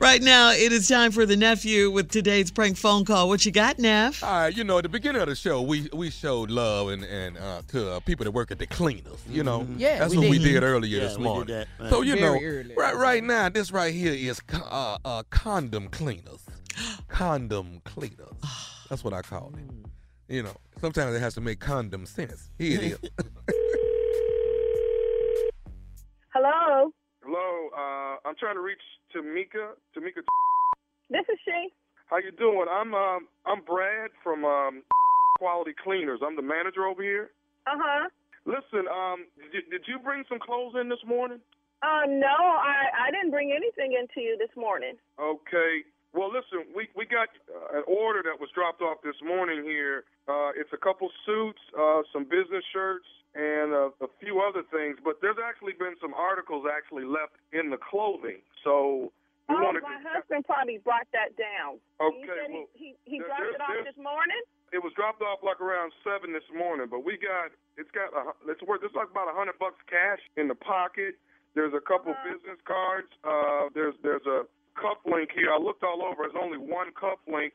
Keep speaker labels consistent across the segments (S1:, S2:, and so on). S1: Right now, it is time for the nephew with today's prank phone call. What you got, Neff?
S2: All right, you know, at the beginning of the show, we we showed love and and uh, to uh, people that work at the cleaners. You know,
S3: Yeah,
S2: that's
S3: we
S2: what we
S3: did.
S2: did earlier
S4: Mm-hmm. Yeah,
S2: this
S4: we did
S2: morning.
S4: that, man.
S2: So you
S3: Mm-hmm. Very
S2: know,
S3: early.
S2: right right now, this right here is co- uh, uh, condom cleaners, condom cleaners. That's what I call
S3: Mm.
S2: it. You know, sometimes it has to make condom sense. Here it is.
S5: Hello,
S6: Hello, uh, I'm trying to reach Tamika. Tamika,
S5: this is she.
S6: how you doing? I'm um, I'm Brad from um, Quality Cleaners. I'm the manager over here.
S5: Uh huh.
S6: Listen, um, did, did you bring some clothes in this morning?
S5: Uh, no, I, I didn't bring anything into you this morning.
S6: Okay. Well, listen, we we got uh, an order that was dropped off this morning here. Uh, it's a couple suits, uh, some business shirts, and a, a few other things. But there's actually been some articles actually left in the clothing. So we
S5: Oh,
S6: want to.
S5: my husband probably brought that down. he
S6: Okay,
S5: said
S6: well,
S5: he, he, he
S6: there-
S5: dropped
S6: there-
S5: it off
S6: there's-
S5: this morning.
S6: It was dropped off like around seven this morning, but we got it's got a, hu- it's worth it's like about a hundred bucks cash in the pocket. There's a couple
S5: Uh-huh.
S6: business cards. Uh, there's there's a cuff link here. I looked all over. There's only one cuff link,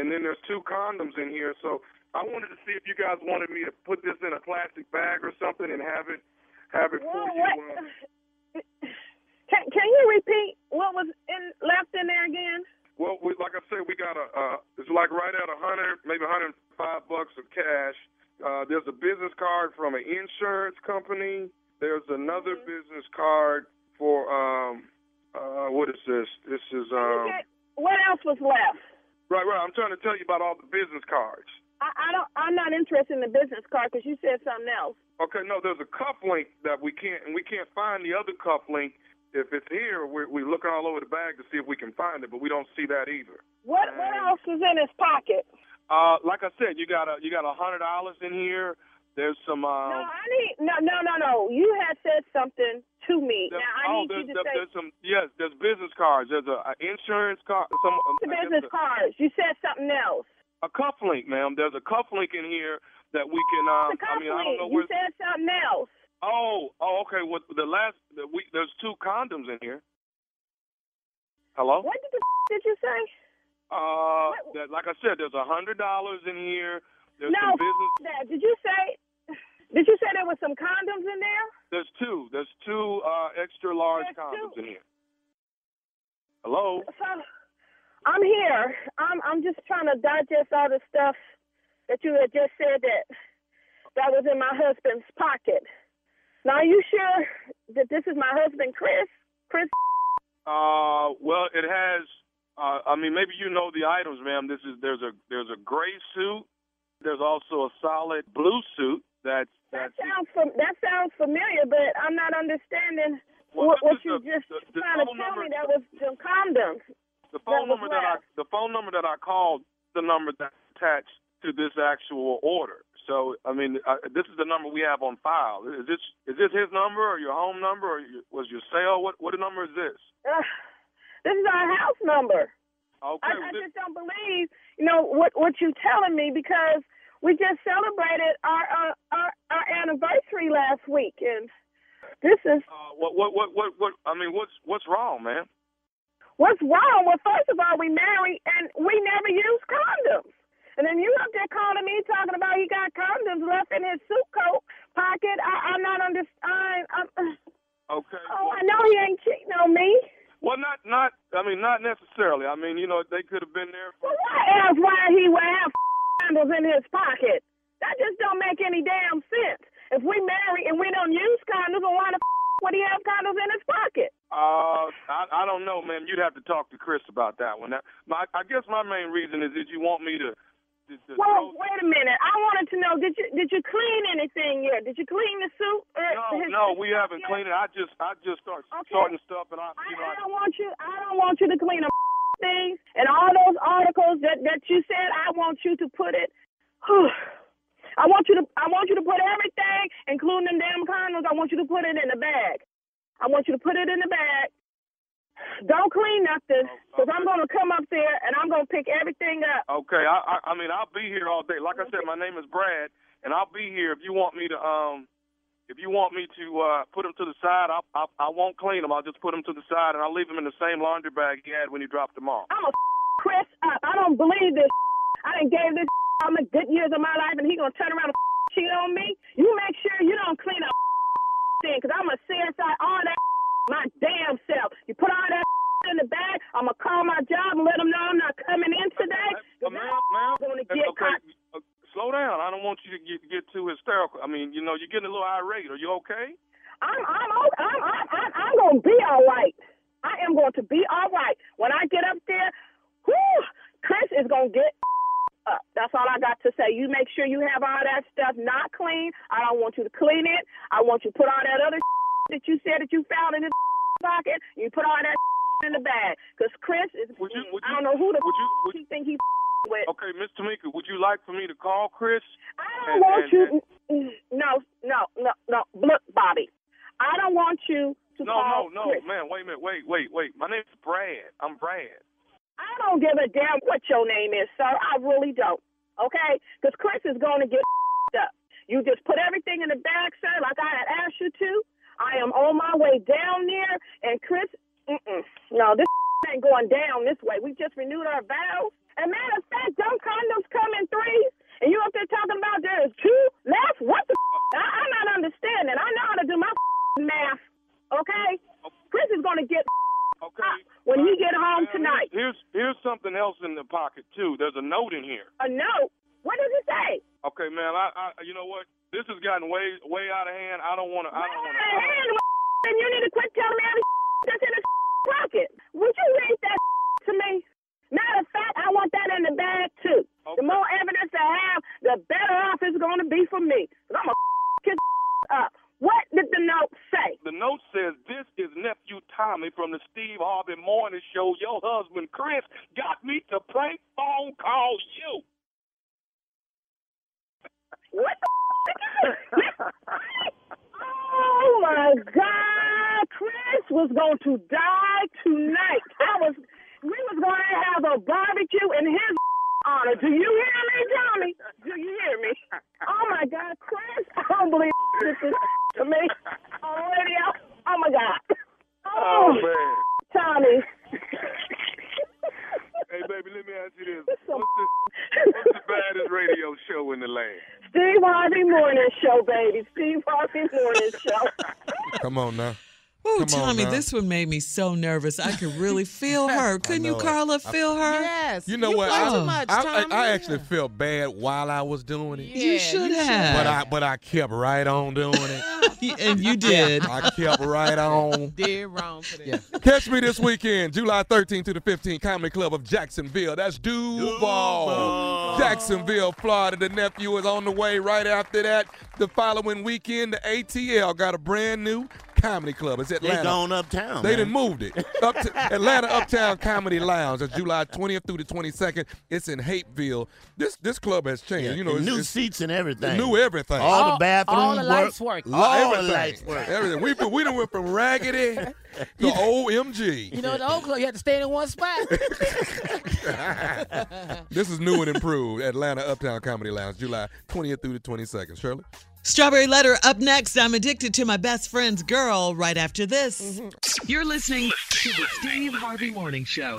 S6: and then there's two condoms in here. So I wanted to see if you guys wanted me to put this in a plastic bag or something and have it have it
S5: Well,
S6: for you.
S5: what?
S6: uh,
S5: Can Can you repeat what was in left in there again?
S6: Well, we, like I said, we got a. Uh, it's like right at a hundred, maybe a hundred and five bucks of cash. Uh, there's a business card from an insurance company. There's another
S5: Mhm.
S6: business card for um, uh, what is this? This is um,
S5: Okay, What else was left?
S6: right, right. I'm trying to tell you about all the business cards.
S5: I, I don't. I'm not interested in the business card because you said something else.
S6: Okay, no, there's a cuff link that we can't, and we can't find the other cuff link. If it's here, we're, we're looking all over the bag to see if we can find it, but we don't see that either.
S5: What What
S6: Um,
S5: else was in his pocket?
S6: Uh, like I said, you got a you got a hundred dollars in here. There's some. Um,
S5: No, I need no, no, no, no. You had said something to me.
S6: There-
S5: now I
S6: oh,
S5: need
S6: there's,
S5: you to
S6: there-
S5: say
S6: there's some yes, there's business cards. There's a, a insurance card. Some
S5: the
S6: I guess
S5: business cards. You said something else.
S6: A, a cuff link, ma'am. There's a cuff link in here that we can. Um,
S5: the
S6: I mean, I don't know
S5: company.
S6: where.
S5: you said something else.
S6: oh, oh, okay. What the last? The, we, there's two condoms in here. Hello.
S5: What did the f- did you say?
S6: Uh,
S5: What?
S6: that, like I said, there's a hundred dollars in here. There's
S5: no,
S6: some business.
S5: f- that. Did you say? Did you say there was some condoms in there?
S6: There's two. There's two uh, extra large
S5: There's
S6: condoms
S5: two.
S6: in here. Hello.
S5: So, I'm here. I'm I'm just trying to digest all the stuff that you had just said that that was in my husband's pocket. Now, are you sure that this is my husband, Chris? Chris
S6: Uh, well, it has. Uh, I mean, maybe you know the items, ma'am. This is there's a there's a gray suit. There's also a solid blue suit. That's
S5: That
S6: that's.
S5: sounds fam- that sounds familiar, but I'm not understanding
S6: Well,
S5: what, what
S6: this is
S5: you
S6: the-
S5: just
S6: the- the
S5: trying to
S6: phone
S5: tell
S6: number-
S5: me. That was the condoms.
S6: the phone
S5: that was
S6: number that I
S5: left.
S6: the phone number that I called the number that's attached to this actual order. So I mean, uh, this is the number we have on file. Is this is this his number or your home number or your, was your sale? What what number is this?
S5: Ugh, this is our house number.
S6: Okay,
S5: I,
S6: well,
S5: I
S6: this-
S5: just don't believe you know what what you telling me because we just celebrated our uh, our our anniversary last week, and this is
S6: uh, what, what what what what I mean, what's what's wrong, man?
S5: what's wrong. Well, first of all, we married and we never use condoms. And then you up there calling me talking about he got condoms left in his suit coat pocket. I, I'm not understand. I'm, I'm,
S6: Okay.
S5: Oh,
S6: well-
S5: I know he ain't cheating on me.
S6: Well, not not. I mean, not necessarily. I mean, you know, they could have been there. For,
S5: Well, why else why he would have candles in his pocket? That just don't make any damn sense. If we marry and we don't use condoms, then why the f- would he have condoms in his pocket?
S6: uh, I, I don't know, man. You'd have to talk to Chris about that one. Now, my, I guess my main reason is that you want me to. to, to
S5: Well, wait a minute. I wanted to know did you did you clean anything yet? Did you clean the suit? Or
S6: no,
S5: his-
S6: no, we haven't
S5: yeah.
S6: cleaned it. I just, I just start
S5: Okay.
S6: sorting stuff, and I,
S5: I,
S6: you know,
S5: I
S6: I,
S5: don't want you. I don't want you to clean up things and all those articles that that you said. I want you to put it. I want you to. I want you to put everything, including them damn condoms. I want you to put it in a bag. I want you to put it in a bag. Don't clean nothing,
S6: Oh,
S5: because I'm gonna come up there and I'm gonna pick everything up.
S6: okay. I, I, I mean, I'll be here all day. Like I said, my name is Brad, and I'll be here if you want me to. Um, if If you want me to uh, put them to the side, I'll, I'll, I won't clean them. I'll just put them to the side and I'll leave them in the same laundry bag he had when you dropped them off.
S5: I'm a Chris up. I don't believe this. I done gave this all the good years of my life, and he gonna turn around and cheat on me. You make sure you don't clean up thing, cause I'm a CSI all that my damn self. You put all that in the bag. I'ma call my job and let them know I'm not coming in today.
S6: Uh, ma'am, ma'am,
S5: gonna
S6: uh,
S5: get
S6: okay,
S5: caught.
S6: uh, slow down. I don't want you to get, get too hysterical. I mean, you know, you're getting a little irate. Are you okay?
S5: I'm I'm o- I'm I'm I'm, I'm gonna be all right. I am going to be all right when I get up there. Whoo, Chris is gonna get up. That's all I got to say. You make sure you have all that stuff not clean. I don't want you to clean it. I want you to put all that other that you said that you found in his pocket. You put all that in the bag, cause Chris is.
S6: Would you- would
S5: I
S6: you-
S5: don't know who the
S6: would you- would-
S5: he think he with.
S6: Okay, Miss Tamika, would you like for me to call Chris?
S5: I don't
S6: And-
S5: want
S6: and-
S5: you. No, no, no, no. Look, Bobby, I don't want you to
S6: No,
S5: call
S6: no, no,
S5: Chris.
S6: man. Wait a minute. Wait, wait, wait. My name's Brad. I'm Brad.
S5: I don't give a damn what your name is, sir. I really don't. Okay? Because Chris is going to get up. You just put everything in the bag, sir, like I had asked you to. I am on my way down there, and Chris, mm-mm. No, this ain't going down this way. We just renewed our vows. And matter of fact, them condoms come in threes, and you up there talking about there's two left? What the? I, I'm not understanding. I know how to do my math, okay? Chris is going to get up
S6: Okay.
S5: Ah, when he get home
S6: Now,
S5: tonight.
S6: Here's here's something else in the pocket too. There's a note in here.
S5: a note. What does it say?
S6: Okay, man. I, I you know what? This has gotten way way out of hand. I don't want to. I don't want
S5: Man,
S6: to.
S5: hand, and you need to quit telling me every that's in the pocket. Would you read that to me? Matter of fact, I want that in the bag too. The
S6: Okay.
S5: more evidence I have, the better off it's going to be for me. i I'm a kiss up. What did the note say?
S6: The note says, "This is nephew Tommy from the Steve Harvey Morning Show. Your husband Chris got me to prank phone call you."
S5: What the did you Oh my God, Chris was going to die tonight. I was, we was going to have a barbecue in his honor. Do you hear me, Tommy? Do you hear me? Oh my God, Chris, I don't believe this is to me on radio. Oh my God. Oh,
S6: oh man.
S5: Tommy.
S6: Hey, baby, let me ask you this. What's the, what's the baddest radio show in the land?
S5: Steve Harvey Morning Show, baby. Steve Harvey Morning Show.
S2: Come on now.
S1: Oh,
S2: Come on
S1: Tommy,
S2: now.
S1: this one made me so nervous. I could really feel her. Couldn't you,
S2: know it.
S1: Carla, feel her?
S3: Yes.
S2: You know what?
S3: play
S2: I,
S3: too much,
S2: I,
S3: Tommy.
S2: I, I actually felt bad while I was doing it,
S1: You
S3: Yeah,
S1: should
S3: you should.
S1: have.
S2: but I but I kept right on doing it.
S1: and you did.
S2: I kept right on.
S3: did wrong for that.
S2: Catch me this weekend, July 13th to the 15th, Comedy Club of Jacksonville. That's Duval. Jacksonville, Florida. The nephew is on the way right after that. The following weekend, the ATL got a brand new comedy club. It's
S4: They
S2: Atlanta.
S4: gone uptown.
S2: They
S4: man.
S2: done moved it. Up to Atlanta Uptown Comedy Lounge. It's July 20th through the 22nd. It's in Hapeville. This this club has changed.
S4: Yeah,
S2: You know,
S4: and
S2: it's,
S4: new
S2: it's
S4: seats and everything.
S2: new everything.
S4: All,
S3: All-
S4: the bathroom
S3: all the
S4: work.
S3: lights work.
S4: All the lights work.
S2: Everything. We we done went from raggedy to OMG.
S3: You know, the old club, you had to stay in one spot.
S2: This is new and improved. Atlanta Uptown Comedy Lounge, July 20th through the 22nd. Shirley.
S1: Strawberry Letter up next. I'm addicted to my best friend's girl right after this.
S7: You're listening to the Steve Harvey Morning Show.